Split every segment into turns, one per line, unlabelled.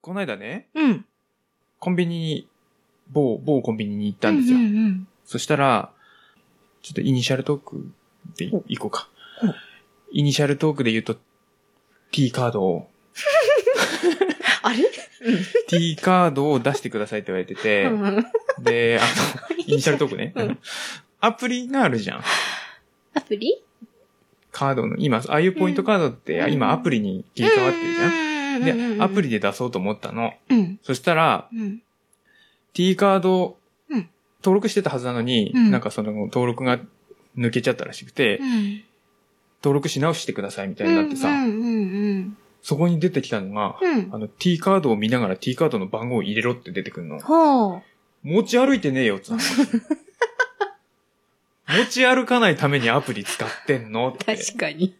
この間ね、
うん。
コンビニに、某、某コンビニに行ったんですよ。
うんうんうん
そしたら、ちょっとイニシャルトークでい
お
行こうか
お。
イニシャルトークで言うと、T カードを、
あれ
T カードを出してくださいって言われてて、
うん。
で、あ の、イニシャルトークね。
うん
うんアプリがあるじゃん。
アプリ
カードの、今、ああいうポイントカードって、
うん
今アプリに切り替わってるじゃん。
ん。
で、アプリ。で出そうと思ったの。
うん。
そしたら、
うん。
T カード
うん、
登録してたはずなのに、
うん
なんかその登録が抜けちゃったらしくて、
うん。
登録し直してくださいみたいになってさ、
うんうん
そこに出てきたのが、
うん。うん。
あの T カードを見ながら T カードの番号を入れろって出てくるの。
ほう。
持ち歩いてねえよって話 持ち歩かないためにアプリ使ってんのって。
確かに。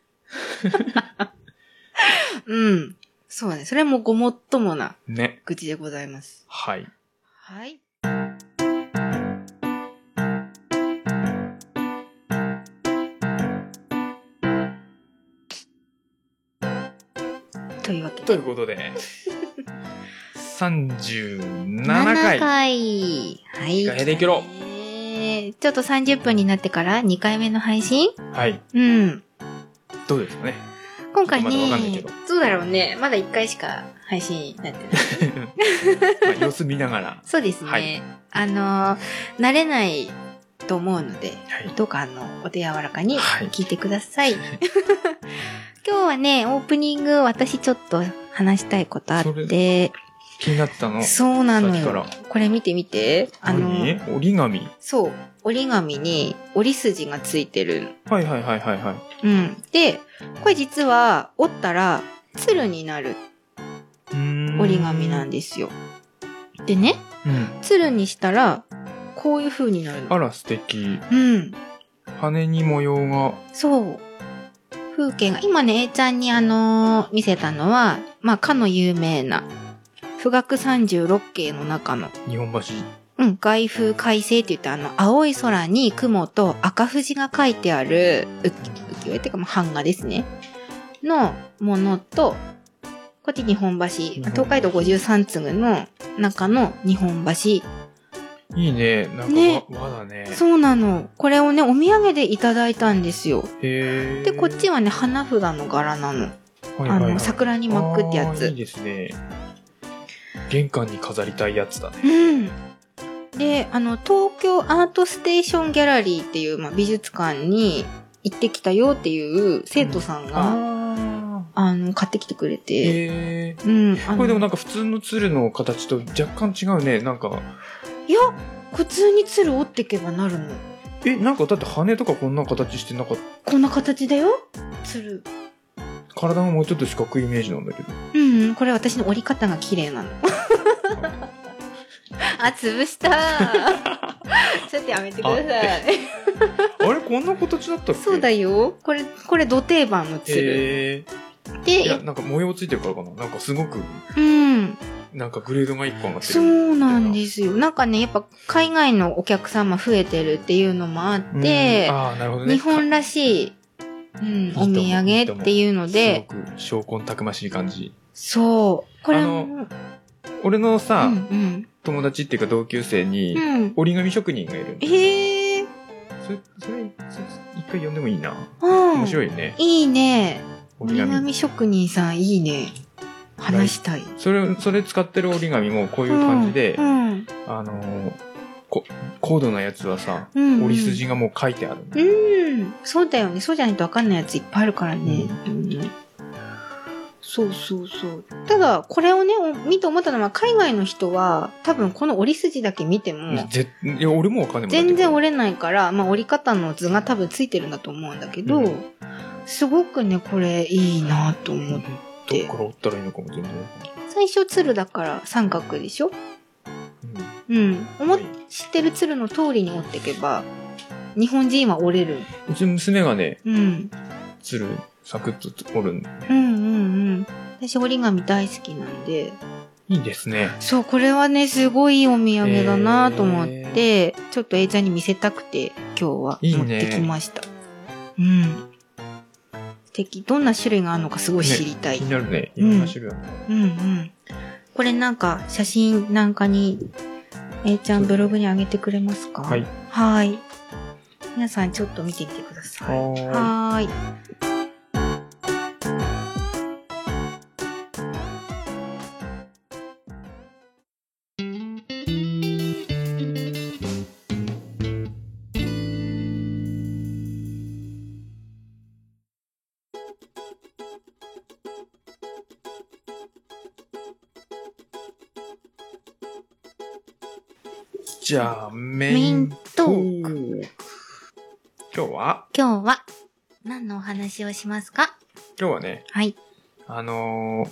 うん。そうね。それもごもっともな
ね。
愚痴でございます。
はい。
はい。というわけで。
ということで、37
7
回。
回。はい。
一回でいけろ
えーちょっと30分になってから2回目の配信
はい。
うん。
どうです かね。
今回ね、
ちょっとまだわかんないけど
どうだろうね。まだ1回しか配信なんてない。
まあ様子見ながら。
そうですね。
はい
あのー、慣れないと思うので、
はい。
どうかあの、お手柔らかに
はい
聞いてくだ さい。今日はね、オープニング、私ちょっと話したいことあっ
そ
て、
気になったの。
そうなの
さっきか
よ
ら。
これ見てみて。あのー、
何折り紙
そう、折り紙に折り筋がついてる。
はいはいはいはいはい。
うん。で、これ実は折ったら、鶴になる
うーん
折り紙なんですよ。でね、
うん。
鶴にしたら、こういう風になる
あ
の。
ら素敵。
うん。
羽に模様が。
そう。風景が、今ね、A ちゃんにあのー見せたのは、まあ、かの有名な、富岳三十六景の中の、
日本橋。
うん、外風快晴って言って、あの、青い空に雲と赤富士が書いてある、浮浮世絵っていうか、まあ、版画ですね。のものと、こっち日本橋、
本橋
東海道53粒の中の日本橋。
いいね。なんか
ね
和和だね。
そうなの。これをね、お土産でいただいたんですよ。
へえ。
で、こっちはね、花札の柄なの。
はいは
あ
いはい、
の、桜に巻くってや
あーいい
つ。
ですね。玄関に飾りたいやつだね。
うん。で、あの、東京アートステーションギャラリーっていう、まあ、美術館に行ってきたよっていう生徒さんが、
ああ。
あの、買ってきてくれて。
へえ。
うん。あの
これでもなんか普通の鶴の形と若干違うね。なんか、
いや、普通に鶴折ってけばなるの。
え、なんかだって羽とかこんな形してなかった。
こんな形だよ鶴。
体がもうちょっと四角いイメージなんだけど。
うん、うん、これ私の折り方が綺 麗なの。あ、潰したちょっとやめてください。
あれこんな形だったっけ
そうだよ。これ、これ、土定番の鶴。
へえ。いや、
で、
なんか模様ついてるからかな。なんかすごく、
うん。
なんかグレードが一個上がってる。
そうなんですよ。なんかね、やっぱ海外のお客様増えてるっていうのもあっ
うん
て、
ああ、なるほどね。
日本らしい、うん、
と
お
思う
土産っていうので、
すごく、昇魂たくましい感じ。
そう。これ
あ
も、うん、
俺の
う
さ、
ん、
友達っていうか同級生に
う、ん。
折り紙職人がいるんだ
へえ、
それ、それ、それ一回呼んでもいいな。
うん。
面白
い。
いね。
いいね。折
折り
り
紙。
紙職人さん、いいね。話したい。
それ、それ使ってる折り紙もこういう感じで
う、ん。
あのー、こ高度なやつはさ、
うん。
折り筋がもう書いてあるんだ。
うん、そうだよね。そうじゃないと分かんないやついっぱいあるからね。うんそうそうそう。ただ、これをね、お見て思ったのは、海外の人は、多分この折り筋だけ見ても、
ぜいや、俺もわかんないもんだって
全然折れないから、まあ折り方の図が多分ついてるんだと思うんだけど、
うん
すごくね、これいいなと思って。
どっから折ったらいいのかも全然わかんない。
最初、鶴だから三角でしょ
うん
うん。思っ
はい
知ってる鶴の通りに折っていけば、日本人は折れる。
うちの娘がね、
うん。
鶴、サクッと折るんだよ
う
ね。
んうんうん。私折り紙大好きなんで。
いいですね。
そう、これはね、すごいいいお土産だなと思って、ちょっと A ちゃんに見せたくて、今日はい
い
持
ね
ってきました。うん。素敵。どんな種類があるのかすごい知りたい。
気になるね。い
うん
ろんな種類あるね。
うんうん。これなんか写真なんかに、えいちゃんブログに上げてくれますか
はい。
はーい。皆さんちょっと見てみてください。
はーい
はーい。
じゃあ、メイ
メイン
ン。
トーク。
今日は
今日は何のお話をしますか
今日はね、
はい。
あのー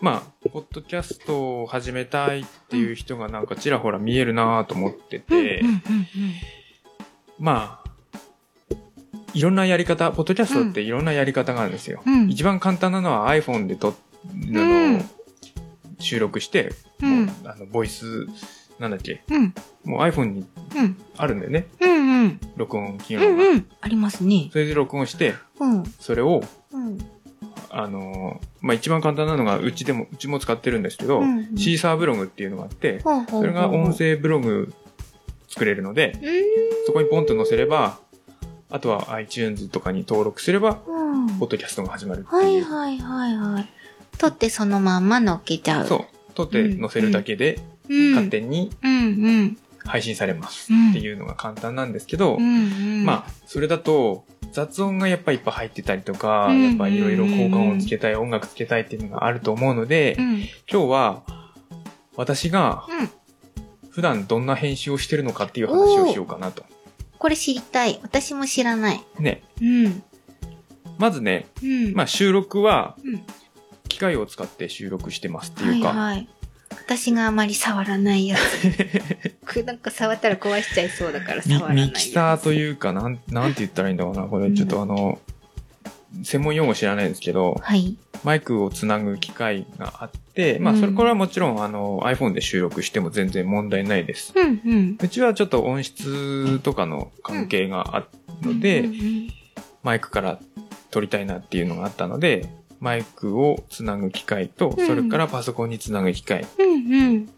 まあ、ポッドキャストを始めたいっていう人がなんかちらほら見えるなと思って
うんうん
て、
うんうん。
まあ、いろんなやり方、ポッドキャストっていろんなやり方があるんですよ。
うん
一番簡単なのは iPhone で撮っ、あの
うん
収録して、
うん
もうあのボイス、なんだっけ、
うん
もう iPhone に
うん
あるんだよね、
うんうん
録音機
う
能が。
んうん。ありますね。
それで録音して、
うん
それを、
うん
あのーまあ、一番簡単なのが、うちでも、うちも使ってるんですけど、
うんうん
シーサーブログっていうのがあって、
ほうほうほう。
それが音声ブログ作れるので、
う
そこにポンと載せれば、あとは iTunes とかに登録すれば、
ん。うん。
ポッドキャストが始まるって
はい
いう。
はいはいはい。取ってそのまんま乗っけちゃう。
そう。撮って載せるだけで、
うん。
勝手に
うんうん。
配信されます
うん
っていうのが簡単なんですけど、
うんうん。
まあ、それだと、雑音がやっぱいっぱい入ってたりとか、
うん
やっぱいろいろ効果音つけたい、音楽つけたいっていうのがあると思うので
う、ん。
今日は、私が
うん。
普段どんな編集をしてるのかっていう話をしようかなと。
これ知りたい。私も知らない。
ね。
うん。
まずね、
うん。
まあ収録は
うん、
機械を使って収録してますって
はいいう
か、
はい。私があまり触らないやつ。くなんか触ったら壊しちゃいそうだから触
ミ
らないやつ。
ミキサーというか、なん、なんて言ったらいいんだろうな。これちょっとあの、専門用語知らないんですけど、
はい。
マイクをつなぐ機械があって、まあ、
うん
それこれはもちろん、あの、iPhone で収録しても全然問題ないです。
うんうん。
うちはちょっと音質とかの関係があるの
う
で
ん、う
マイクから撮りたいなっていうのがあったので、マイクをつなぐ機械と、
うん
それからパソコンにつなぐ機械、
んうん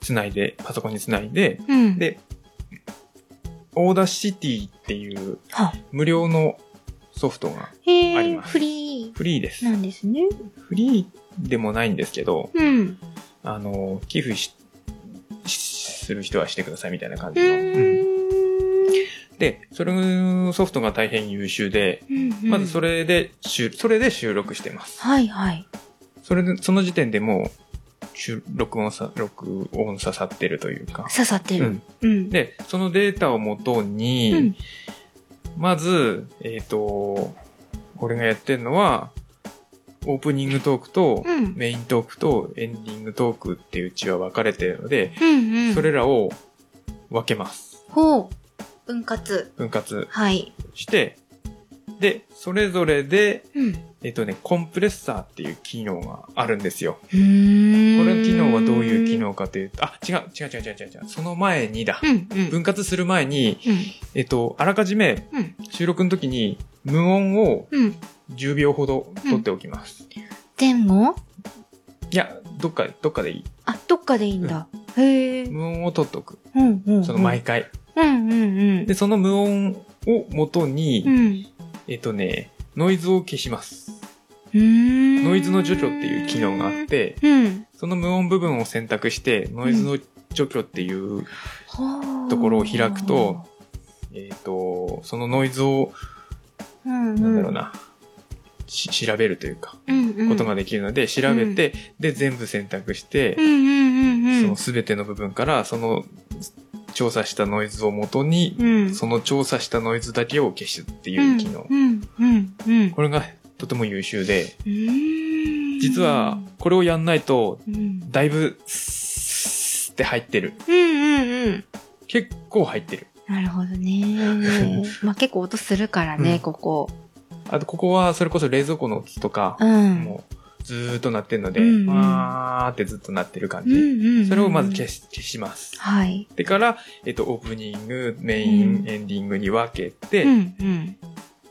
つないで、パソコンにつないで、
うんうん。
で、オーダーシティっていう
は、
無料のソフトが
へ
あり
え、
ます
フリ
フリーで
ー
す
な。んですね。
フリーでもないんですけど、
うん。
あの、寄付し、しする人はしてくださいみたいな感
う
じの。うん
ーん。
で、それのソフトが大変優秀で、まずそ
れ。
れで収、それで収録してます。
はいはい。
それで、その時点でもう、収録音さ、録音刺さってるというか。
刺さって
う
る。
ん。
うん。
で、そのデータをもとに、
うん
まず、えっ、と、俺がやってるのは、オープニングトークと、
うん。
メイントークとエンディングトークっていううちは分かれてるので、
うんうん。
それらを分けます。
ほう。分割。
分割
はい。
して、で、それぞれで、
うん。
えっとね、コンプレッサーっていう機能があるんですよ。
こ
こ
れ
れの機能はどういう機能かというと、あ、違う、違う違う違う違う違う。その前にだ
う。んうん。
分割する前に、
うん。
えっと、あらかじめ
うん。
収録の時に無音を
うん。
10秒ほど取っておきます。
でも、
いや、どっか、どっかでいい。
あ、どっかでいいんだ。へえ。
無音を取っておく。
うんうんうん。
その毎。回。
うんうんうん。
で、その無音を元に、
うん。
えっとね、ノイズを消します。
うーん
ノイズの除去っていう機能があっ。て、
うん。
その無音部分を選択して、ノイズの除去っていう、
はあ
ところを開くと、えっ、と、そのノイズを、
うんうん、
なんだろうな、し調べるというか、
うんうん、
ことができるので、調べて、で、全部選択して
う、んうんうん
そうの
ん。
すべての部分から、その調査したノイズを元に、
うん。
その調査したノイズだけを消すって
う
い
ん
う機能。
うんうんうん。
これがとても優秀で、
うーん
実は、これをやんないと、
うん
だいぶ、スーって入ってる。
うんうんうん。
結構入ってる。
なるほ どね。まあ結構音するからね、
うん
ここ。
あと、ここは、それこそ冷蔵庫の音とか
う、ん。
もう、ずーっと鳴ってるので、
うんうん
わーってずっと鳴ってる感
うん
じ。
うんうん。
それをまず消し消します。
はい。
でから、えっと、オープニング、メイン、
うん
エンディングに分けて、
うんうん。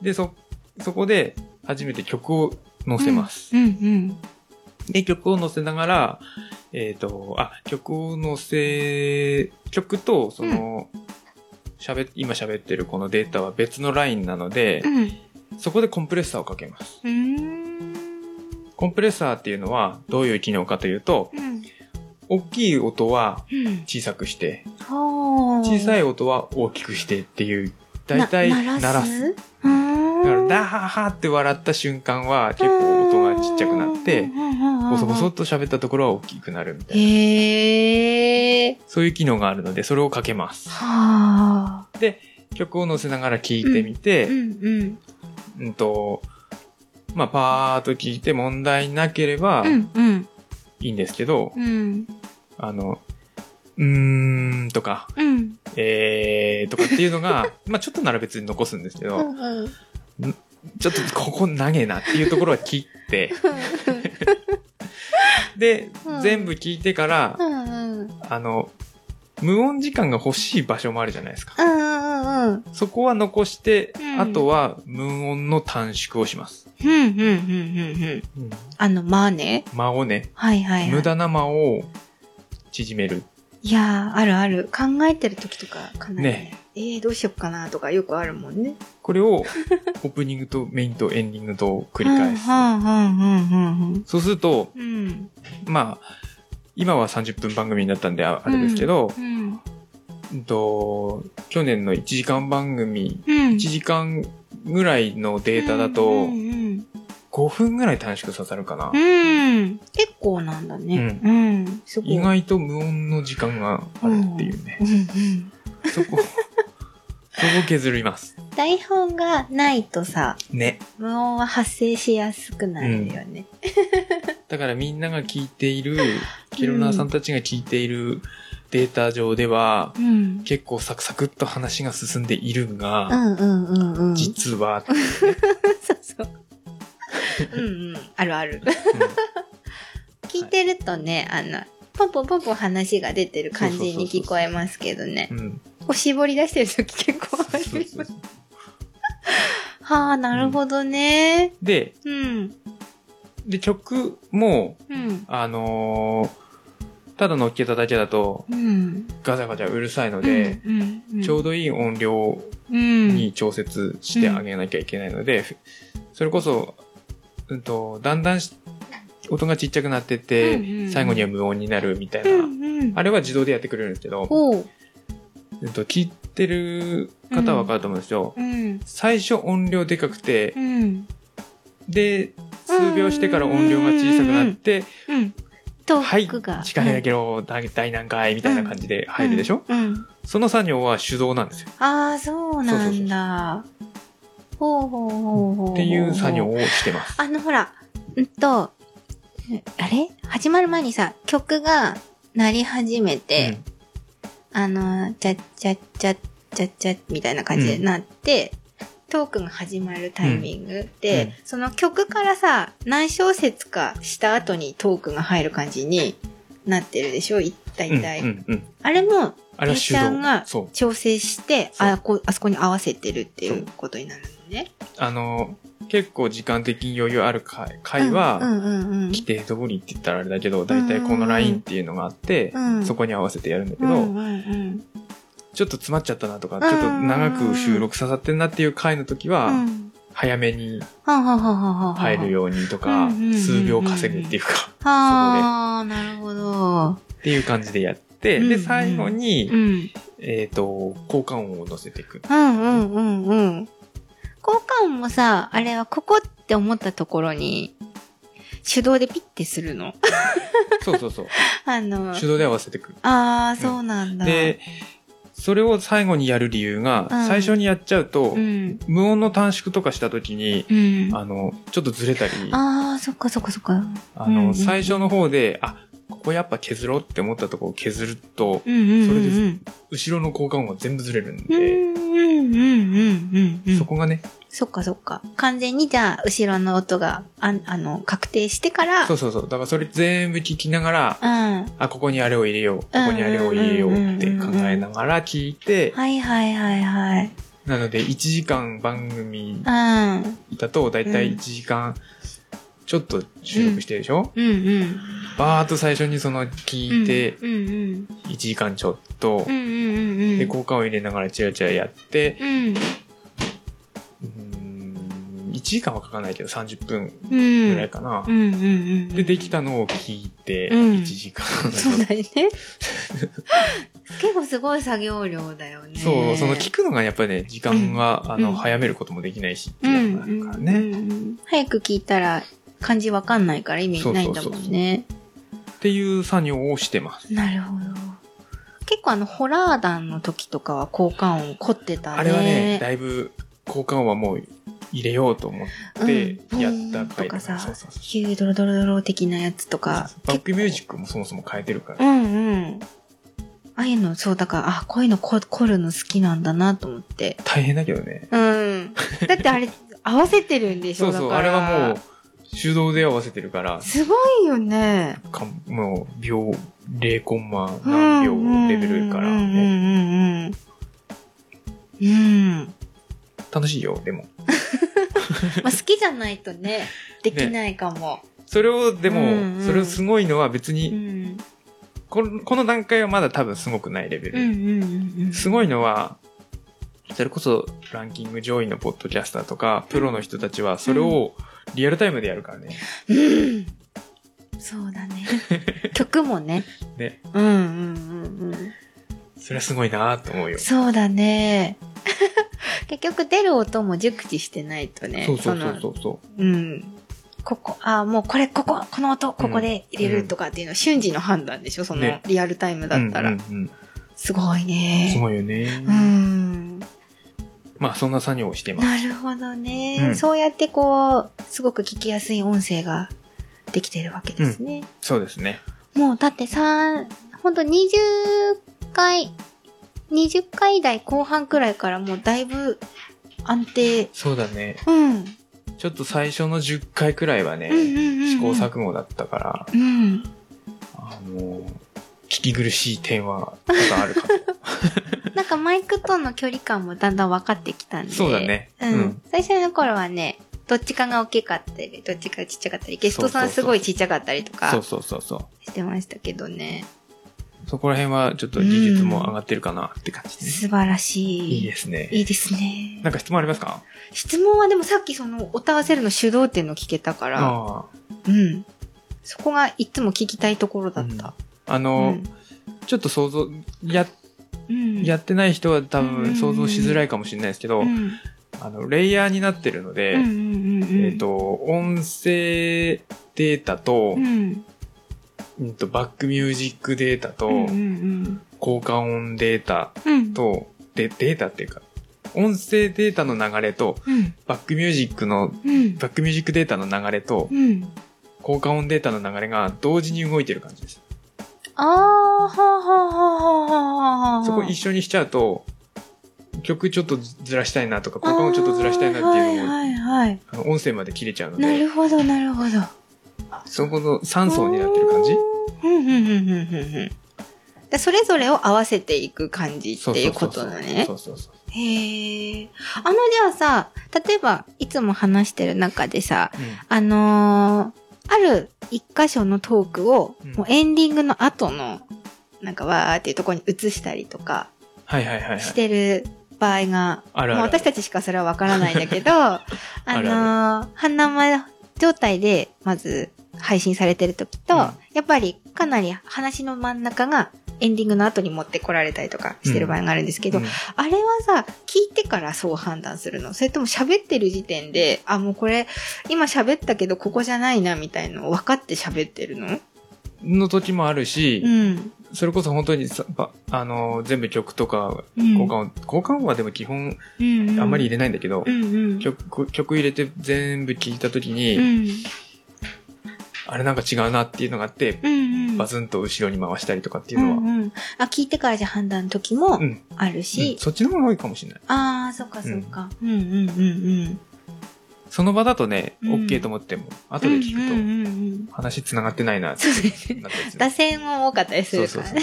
で、そ、そこで、初めて曲を載せます。
うんうん。
で、曲を載せながら、えっ、と、あ、曲を載せ、曲と、その、喋っ、今喋ってるこのデータは別のラインなので
う、ん。
そこでコンプレッサーをかけます。
うん。
コンプレッサーっていうのはどういう機能かというと、
うん。
大きい音は
うん。
小さくして、
はあ。
小さ
い。
い音は大きくしてっていう、大体
な鳴らす。うーん
だから、ダーハーって笑った瞬間は結構音がちっちゃくなって、ボソボソっと喋ったところは大きくなるみたいな。
へえ。
そういう機能があるので、それをかけます。
はあ。
曲を載せながら聴いてみて、
うんうん。
うん、と、まあ、パーっと聴いて問題なければ
うんうん。
いいんですけど、
うん。
あの、うーんとか、
うん。
えーとかっていうのが、 まあちょっとなら別に残すんですけ
う
ど、
んうん。
ちょっとここ長えなっていうところは切って、で
う、ん
全部聞いてから
う、んうん。
あの、無音時間が欲しい場所もあるじゃないですか。
うんうんうん。
そこは残して
う、ん
あとは無音の短縮をします。
ふんふんふんふんふん。あの、まあね。
間をね、
はいはいはい。
無駄な間を縮める。
いやー、あるある。考えてる時とか、かなりね。
ね
えー、どうしよっかなとかよくあるもんね。
これ をオープニングとメインとエンディングと繰り返す
う。んうんうんうんうん
そうすると、
うん。
まあ、今は30分番組になったんでああれですけど、
うん。
うんと、去年の1時間番組、
うん。
1時間ぐらいのデータだ
う
と
ん、うん
5分ぐらい短縮させるかな
うん。。うん。結構なんだね。うん。すごい。
意外と無音の時間があるっていうね
う。んうん。
そこ、そこ削ります。
台本がないとさ、
ね。
無音は発生しやすくなるよね。
だからみんなが聞いている、ケロナーさんたちが聞いているデータ上では、
うん。
結構サクサクっと話が進んでいる
う
が、
んうんうんうん。そう
実は、
そう。うんうん。あるある。
う
聞いてるとね、あの、ポンポンポンポン話が出てる感じに聞こえますけどね。
んうん
おしぼり出してる時結構
そ
あ
うそう
る。
そうそう
はあ、なるほどね。
で、
うん。
で、曲も、
うん。
あのーただ乗っけただけだと
うん。
ガチャガチャうるさいので、
うん、うん
ちょうどいい音量
うん
に調節してあげなきゃいけないので、それこそ、うんと、だんだんし音がちっちゃくなってって、
うんうんうん
最後には無音になるみたいうな、
んうん。
あれは自動でやってくれるんですけど、
おう。
うんと、聞いてる方はわかると思うんですよ。
うん。
最初音量でかくて
う、ん。
で、数秒してから音量が小さくなって、
うん。ト
は
ー
い、
クが。
力だけど、大大難解みたいな感じで入るでしょ、
うん。うん
その作業は手動なんですよ。
ああ、そうなんだ。ほうほうほうほうほう。
っていう作業をしてます。
あのほら、うんと、えあれ始まる前にさ、曲が鳴り始めて、あの、ちゃっちゃっちゃっちゃっちゃっみたいな感じでなって、トークが始まるタイミングで、
うん
その曲からさ、何小節かした後にトークが入る感じになってるでしょい大
うん、うん、う
体、
ん、うん。
あれも
あれは
ちゃんが
手動。そう。
調整して、
そう
あ、こう、あそこに合わせてるっていうことになるのね。
あの、結構時間的に余裕ある回回
う
は、
んうんうんうん。
規定通りって言ったらあれだけど、だいたいこのラインっていうのがあって
う、ん
そこに合わせてやるんだけ
う
ど
ん、うんうん
ちょっと詰まっちゃったなとか、
ん
ちょっと長く収録刺さってんなっていう回の時
う
は、
ん
早めに
はあはあはあはあはあ
入るようにとか
うんうんうんう、ん
数秒稼ぐっていうか、
はあ、なるほど。
っていう感じでやって、
うんう
で、
ん
最後
う
に、
ん。
えっと、効果音を乗せていく。
うんうんうんうん。交換もさ、あれはここって思ったところに、手動でピッてするの。
そうそうそう。
あの、
手動で合わせていく。
ああ、そうなんだ。
で、それを最後にやる理由が、
うん
最初にやっちゃうと
う、ん。
無音の短縮とかした時に、
うん。
あの、ちょっとずれたり、あ
ああ、そっかそっかそっか。
の、
うんうん
最初の方で、あ、ここやっぱ削ろうって思ったとこを削ると、
うんうん
そ
うん
れ
う
です
ん。
後ろの交換音が全部ずれるん
うん
で、
うんうんうんうん。
そこがね、
そっかそっか。完全にじゃあ、後ろの音が、ああの、確定してから、
そうそうそう。だからそれ全部聞きながら、
うん。
あ、ここにあれを入れよう、ここにあれを入れようって考えながら聞いて、
はいはいはいはい。
なので1時間番組
うん。
だと、だいた
う
い
ん
1時間ちちょっと収録してるでしょ、
うんうん。
バーっと最初にその聞いて、
うんうん
1時間ちょっと、
うんうんうんうん。
で、効果を入れながらチラチラやって、
うん。
うーん、1時間はかかんないけど30分
うん。
ぐらいかな。
うんうんうん。
で、できたのを聞いて、
うん
1時間。
そうだよね。 結構すごい作業量だよね。
そう、その聞くのがやっぱね、時間が、あの、
うん
早めることもできないしって
う
いうの
ん
がある
う
から
ん、
ね。
うん。早く聞いたら漢字わかんないから意味ないんだもんね。
っていう作業をしてます。
なるほど。結構あの、ホラー団の時とかは効果音凝ってたね。
あれはね、だいぶ、効果音はもう入れようと思って
うん
やった回
とかさ
そうそうそう。
ヒュードロドロドロ的なやつとか。
バックミュージックもそもそも変えてるから。
うんうん。ああいうの、そう、だから、あ、こういうの凝凝るの好きなんだなと思って。
大変だけどね。
うん。だってあれ、合わせてるんでし
そ
ょ
うそう、
だ
あ
か
れ
ら
はもう、手動で合わせてるから、
すごいよね。
かもう、秒、0コンマ何秒レベルから
うんう
ね。
んうんうんうん。うん。
楽しいよ、でも。
まあ、好きじゃないとね、できないかも。
それを、で
うんう
も、
ん
それをすごいのは別
う
に、
ん。
このこの段階はまだ多分すごくないレベ
うんうん
ル。
うんうん。
すごいのは、それこそランキング上位のポッドキャスターとか、プロの人たちはそれをリアルタイムでやるからね。
うん。そうだ ね。曲もね。
ね。
うんうんうんうん。
それはすごいなと思うよ。
そうだね。 結局出る音も熟知してないとね。
そうそうそうそうそう。
そのうん。ここ、ああ、もうこれ、ここ、この音、ここで入れるとかっていうのは瞬時の判断でしょその
ね
リアルタイムだったら。
うんうん
すご
うん
い
す
ね。
ごいよね。
うん。
まあ、そんな作業をしています。
なるほどね、
うん
そうやってこう、すごく聞きやすい音声ができてるわけですね。
そうですね。
もうだって3、ほんと20回、20回台後半くらいからもうだいぶ安定。
そうだね。
うん。
ちょっと最初の10回くらいはね、
うんうんうんうん
試行錯誤だったから、
うん。
あの、聞き苦しい点は多々あるかと。
なんかマイクとの距離感もだんだん分かってきたん で。
そうだ。ね。
うん。最初の頃はね、どっちかが大きかったり、どっちかがちっちゃかったり、ゲストさ
そう
ん
そうそ
す
う
ごいちっちゃかったりと
そう
か
そうそうそう。
してましたけどね。
そこら辺はちょっと技術も上がってるかなって感じですね。
素晴らし
い
い。
いですね。
いいですね。
なんか質問ありますか
質問はでもさっきその、音合わせるの手動っていうのを聞けたから、
あ
うん。そこがいつも聞きたいところだった。
あ。あ
う
の、
ん。
ちょっと想像、や、
うん
やってない人は多
うんうんうん
分想像しづらいかもしれないですけど、
うん
あの、レイヤーになってるので、
うんうんうんうん
えっ、と、音声データと
う、ん
うんと、バックミュージックデータと、
うんうん
効果音データ
うん。うん。
と、で、データっていうか、音声データの流れと、
うん。
バックミュージックの、
うん。
バックミュージックデータの流れと、
うん。
効果音データの流れが同時に動いてる感じです。
あー、はーはーはーはーはーはー
そこ一緒にしちゃうと、曲ちょっとずらしたいなとか、効果音ちょっとずらしたいなっていうのも、
あーはいはいはい。
あの音声まで切れちゃうの
な
で、
るほど、なるほど。
そこの3層になってる感じ
うんうんうんうんうんうん。でそれぞれを合わせていく感じ
そ
っ
そ
ていう
そ
ことだね
そ。うそうそう。
へえ。あの、じゃあさ、例えば、いつも話してる中でさ、
うん
あのーある一箇所のトークを、
うん
もうエンディングの後の、なんかわーっていうところに移したりとか
はいはいはいはい。
してる場合が、
ある
もう
ある
私。たちしかそれはわからないん だけど、あの
ある
ー、半生状態で、まず、配信されてる時と、
うん
やっぱりかなり話の真ん中がエンディングの後に持ってこられたりとかしてる場合があるんですけど、
うん
あれはさ、聞いてからそう判断するのそれとも喋ってる時点で、あ、もうこれ、今喋ったけどここじゃないな、みたいのを分かって喋ってるの
の時もあるし、
うん。
それこそ本当にさ、ばあの、全部曲とか、
うん
交換音、交換音はでも基本
うんうん
あんまり入れないんだけど、
うんうん。
曲、曲入れて全部聴いた時に、
うん。
あれなんか違うなっていうのがあって、
うんうん。
バズンと後ろに回したりとかっていううのは、
んうん。あ、聞いてからじゃ判断の時も
うん
ある
うん
し、
そっちの方が多いかもしれない。
ああ、そっかそっか。うんうんうんうん。
その場だとね、
うん
OK と思っても、後で聞
うんう
く
んうんうん
と、話繋がってないなって
そうで
なったりする
打線も多かったりするからね。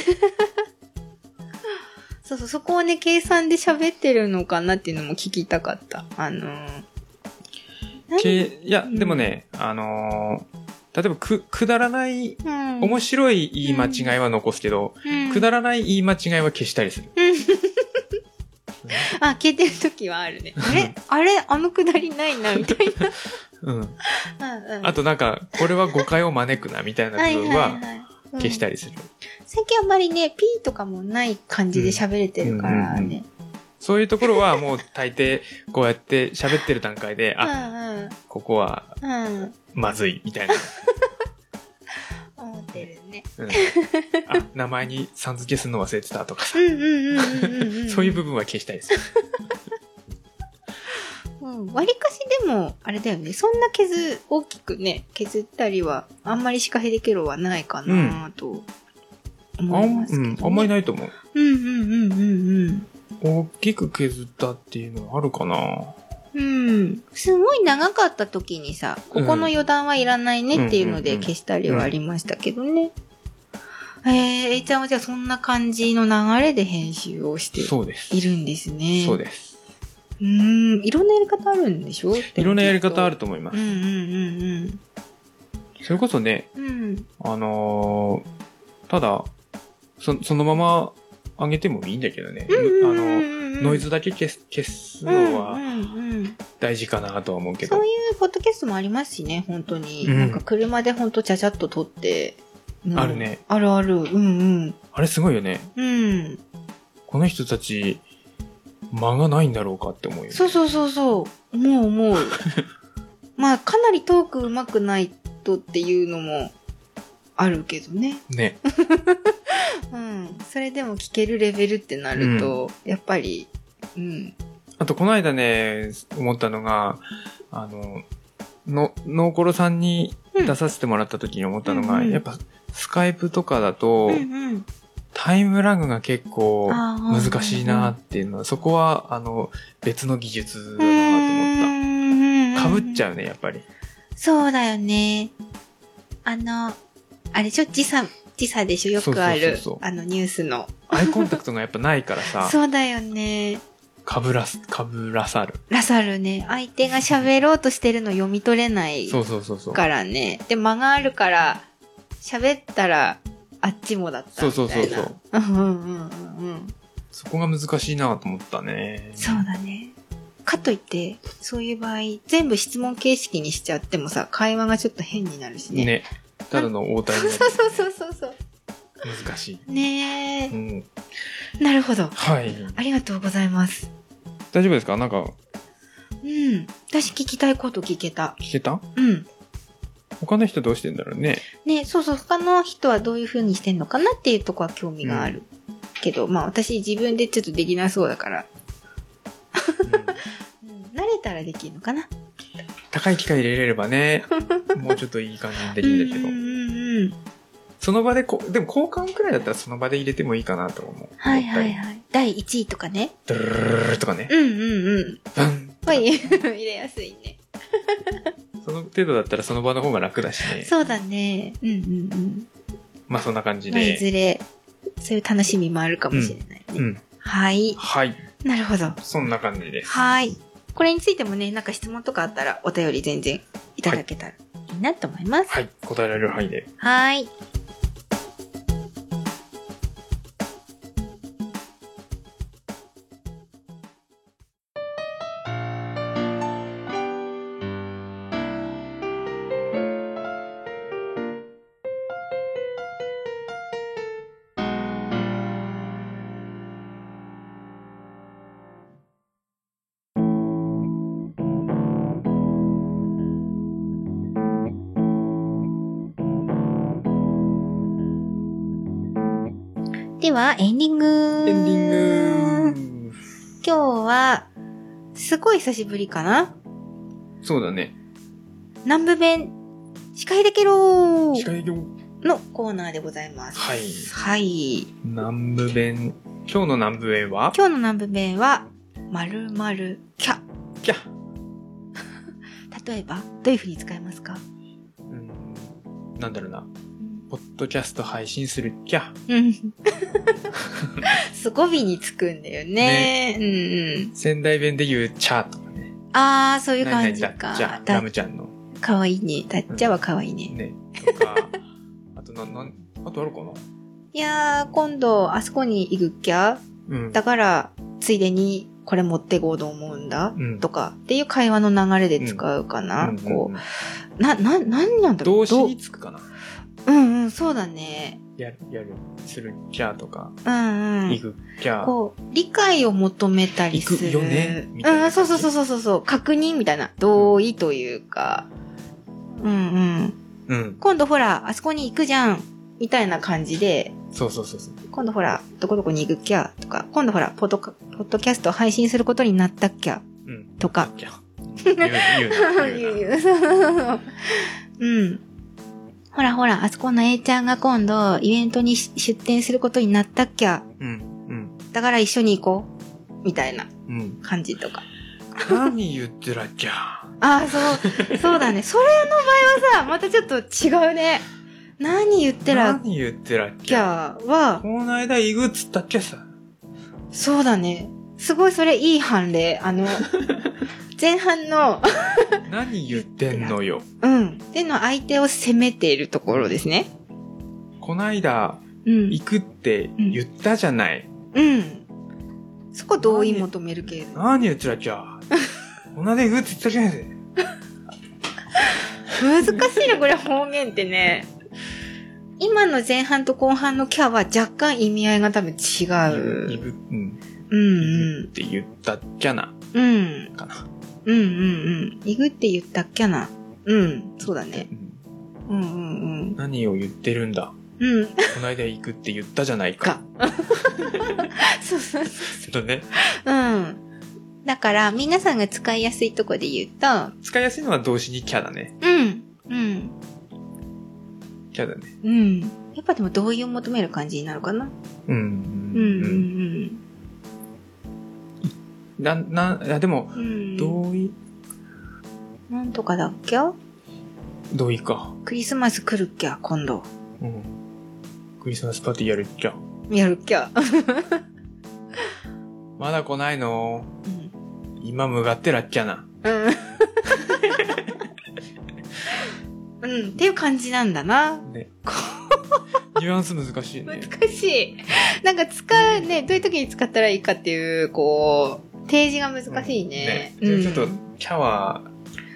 そうそう、そこをね、計算で喋ってるのかなっていうのも聞きたかった。あのー
けいや、
うん
でもね、あのー例えばく、くだらない、
うん
面白い言い間違いは残すけど、
うん
くだらない言い間違いは消したりする。
あ、聞いてる時はある ね。あれあれあのくだりないな、みたい
うん。
な。うんうん
あとなんか、これは誤解を招くな、みたいな部分は消した
い。
りする。
うん最近あんまりね、ピーとかもない感じで喋れてるからね。
そういうところはもう大抵、こうやって喋ってる段階で、
う
あ、
ん
ここは
うん。うん。
まずい、みたいな。
思ってるね。
うん、あ、名前にさん付けするの忘れてたとかさ。
うんうんうんうんうん。
そういう部分は消したりする。
うん。わりかしでも、あれだよね。そんな削、大きくね、削ったりは、あんまりシカヘデケロはないかなと
あ
思い
ん,、
ますけど、ね
うん、あんまり
ない。
ないと思う。
うんうんうんうん
大きく削ったっていうのはあるかな
うん。うん。すごい長かった時にさ、ここの余談はいらないねっていうの
うんう
で
んうんうん
消したりはありましたけどね。えー、えいちゃんはじゃあそんな感じの流れで編集をして
そうです。
いるんですね。
そう
で
です。
す。うん。いろんなやり方あるんでしょ
いろんなやり方あ
る。
ると思いま
う
す。
んうん
それこそね、
うんうん。うん。
あのーただ、そそのまま上げてもいいんだけどね。あの、ノイズだけ消す消すの
うん
は
うんうん
大事かなとは思うけど。
そういうポッドキャストもありますしね、本当に。
うん
なんか車で本当ちゃちゃっと撮って。うん
あるね。
あるある。うん
あれすごいよね。
うん。うん。
この人たち、間がないんだろうかって思うよね。
そうそうそうそう。もう思う。 まあ、かなりトーク上手くないとっていうのもあるけどね。
ね。
うん。それでも聞けるレベルってなると、やっぱり、うん。
あと、この間ね、思ったのが、あの、の、ノーコロさんに
うん
出させてもらった時に思ったのが、
うんうん
やっぱ、スカイプとかだと、
うんうん。
タイムラグが結構
あ
難
ー
しいなっていうのは、そこは、あの、別の技術だなと思っ
か
た。被っちゃうね、やっぱり。
そうだよね。あの、あれでしょ時差、時差でしょよくある。
そうそうそうそう
あのニュースの。
アイコンタクトがやっぱないから さ、
そうだよね。
被らす、被らさる。
ラサルね、相手が喋ろうとしてるの読み取れない
そうそうそうそう。
からね。で、間があるから、喋ったら、あっちもだった
そ
み
う
たい
そう
な。
そうそう。
うんうんうんうんうん。
そこが難しいなと思ったね。
そうだね。かといって、そういう場合、全部質問形式にしちゃってもさ、会話がちょっと変になるしね。
ね。ただの応対
そう
にな
そうそう
う。
そうそうそう。
難しい。
ねえ
う。ん。
なるほど。
はい。
ありがとうございます。
大丈夫ですかなんか、
うん。私聞きたいこと聞けた。
聞けた
うん。
他の人どうしてんだろうね。
ね、そうそう、他の人はどういう風にしてんのかなっていうとこは興味がある。けど、まあ私自分でちょっとできなそうだから。うん、慣れたらできるのかな。
高い機械入れれればね、もうちょっといい感じにできるんだけ
うんう
ど。
んうん。
その場でこ、でも交換くらいだったらその場で入れてもいいかなと思う。
はいはいはい。第1位とかね。
ドゥルルルルルとかね。
うんうんうん。
バン
はい入れやすいね。
その程度だったらその場の方が楽だしね。
そうだね。うんうんうん。
まあそんな感じ
まあ、い
で。
ずれ、そういう楽しみもあるかもしれないね。
うん。
はい。
はい。
なるほど。
そんな感じです。
はい。これについてもね、なんか質問とかあったらお便り全然いただけたらいいなと思います。
はい。答えられる範囲で。
はい。では、エンディング。
エンディング
今日は、すごい久しぶりかな
そうだね。
南部弁、司会でけろ
司会業
のコーナーでございます。
はい
はい。
南部弁。今日の南部弁は
今日の南部弁は、まるまるキャ。
キャ
例えば、どういう風に使いますか
うんなんだろうな。
うん
ポッドキャスト配信するキャ。
うん。 すごびにつくんだよね。うんうん。
仙台弁で言うチャとかね。
ああ、そういう
何
感
々
じ
だ
か
っちゃ。。ラ
だ
ムちゃんの。
かわいいね。だっちゃはかわいいね。
ね。とか、 あとな、なん、あとあるかない
やー、今度、あそこに行くっきゃ
うん。
だから、ついでに、これ持ってこうと思うんだ、
うん
とか、っていう会話の流れで使うかな、
うんうんうん
こう。な、な、何なんだろう
動詞
ど
につくかな
うんうん、そうだね。
やる、やる、するキャーとか、
うんうん
行。くキャー。
こう、理解を求めたりする。
行くよねみたいな
う
感
ん、
じ
そうそうそうそうそう。確認みたいな。同意というか。うんうん。
うん。
今度ほら、あそこに行くじゃん。みたいな感じで、
そうそうそうそう。
今度ほら、どこどこに行くっきゃとか、今度ほら、ポッドカポッドキャスト配信することになったっきゃ
うん。
と か。
キャ ー。言うな、言うな。
ゆ
言
う
う
ゆ
な。
う。うん。ほらほら、あそこの A ちゃんが今度、イベントにし出店することになったっきゃ。
うん。
だから一緒に行こう。みたいな
うん。うん。
感じとか。
何言ってらっきゃ
ああ、そう、そうだね。それの場合はさ、またちょっと違うね。何言ってらっ
何言ってらっ
き
きゃ
ゃは、
この間行くっつったっけさ。
そうだね。すごいそれいい判例。あの、前半の、
何言ってんのよ。
うん。での相手を責めているところですね。
こないだ
うん。
行くって言ったじゃない。
うん。そこ同意求めるけれど。
何言ってらっきゃこないだ行くって言ったじゃない。
難しいな、これ方言ってね。今の前半と後半のキャは若干意味合いが多分違。
いうぶ、うん。
う
い
んう
ぶっ
ん。
て言ったっきゃな、
うん。
かな。
うんうんうん。いぐって言ったっきゃな。うん、そうだね
う。ん
うんうん
何を言ってるんだ。
うん。うん。
こないだ行くって言ったじゃないか
か。。そうそうそ
ちょっとね。
う。うん。だから、皆さんが使いやすいとこで言うと、
使いやすいのは動詞にキャだね。
うん、うん、
キャだね。
うん。やっぱでも同意を求める感じになるかな。
うん。
うんうん
うん。な、な、あでも、
うん。うん。
同意、
なんとかだっきゃ
同意か。
クリスマス来るっきゃ今度。
うん。クリスマスパーティーやるっきゃ。
やるっきゃ。
まだ来ないの
うん。
今向かってらっきゃな。
うん。うん、っていう感じなんだな。
ね。 ニュアンス難しいね。
難しい。なんか使うね、どういう時に使ったらいいかっていう、こう、提示が難しいね。
ね
うん
ちょっと、キャは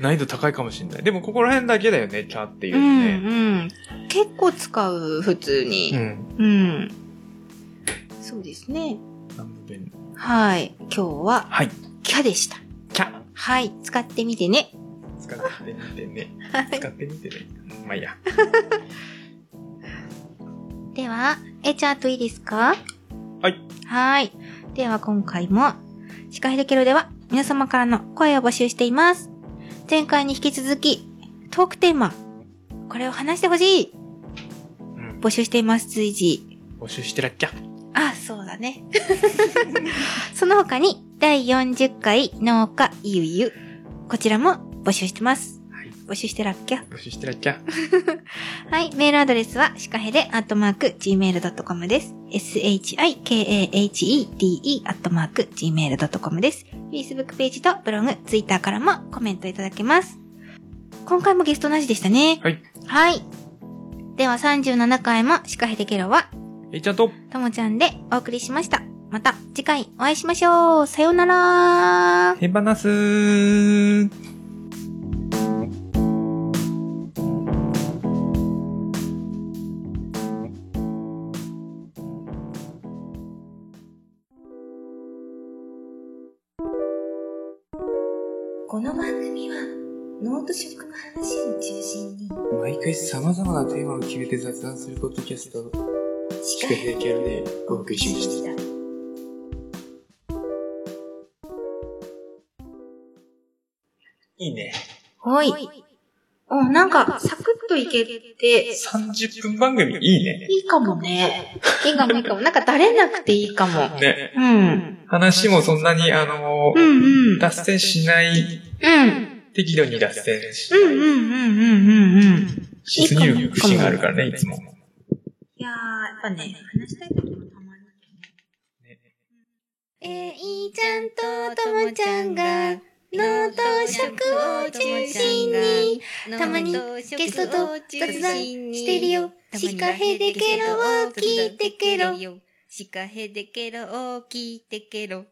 難易度高いかもしれない。でも、ここら辺だけだよね、キャっていう
う
の
ん
ね。
うん。結構使う、普通
う
に。
ん。
うん。そうですね。
南部弁。
はい。今日は、
はい。
キャでした。
キャ
はい。使ってみてね。
使ってみてね。使ってみてね。まあいいや。
では、え、チャートいいですか
はい。
はい。では今回も、シカヘルケロでは皆様からの声を募集しています。前回に引き続き、トークテーマ、これを話してほしい
うん。
募集しています、随時。
募集してらっきゃ。
あ、そうだね。 その他に、第40回農家ゆうゆ。こちらも募集してます。
はい
募集してらっきゃ。
募集してらっきゃ。
はい、メールアドレスは、シカヘデアットマーク、gmail.com です。s-h-i-k-a-h-e-d-e アットマーク、gmail.com です。Facebook ページとブログ、Twitter からもコメントいただけます。今回もゲストなしでしたね。
はい。
はい。では37回もシカヘデケロは、
えいちゃんと、
ともちゃんでお送りしました。また次回お会いしましょう。さようなら。
へばなすー。
この番組は、脳と食の話を中心に、
毎回様々なテーマを決めて雑談するポッドキャスト、
シ
シカヘルキャルでお送りしました。
た。
いいね。
はい。お、なんか、サクッといけて、い
30分番組いいね。
いかもね。いいかもいいかも。なんか、だれなくていいかも。
ね。
うん。
話もそんなに、あの
うんうん。
脱線しない、
うん。
適度に脱線し
うんうんうんうんうんうん。
しすぎる節があるからね、いつも。
いやー、やっぱね、話したいこともたまに。えー、いーちゃんとともちゃんが、
脳と食を中心に、たまにゲストと雑談してるよ。シカヘデケロを聞いてケロ。シカヘデケロを聞いてケロ。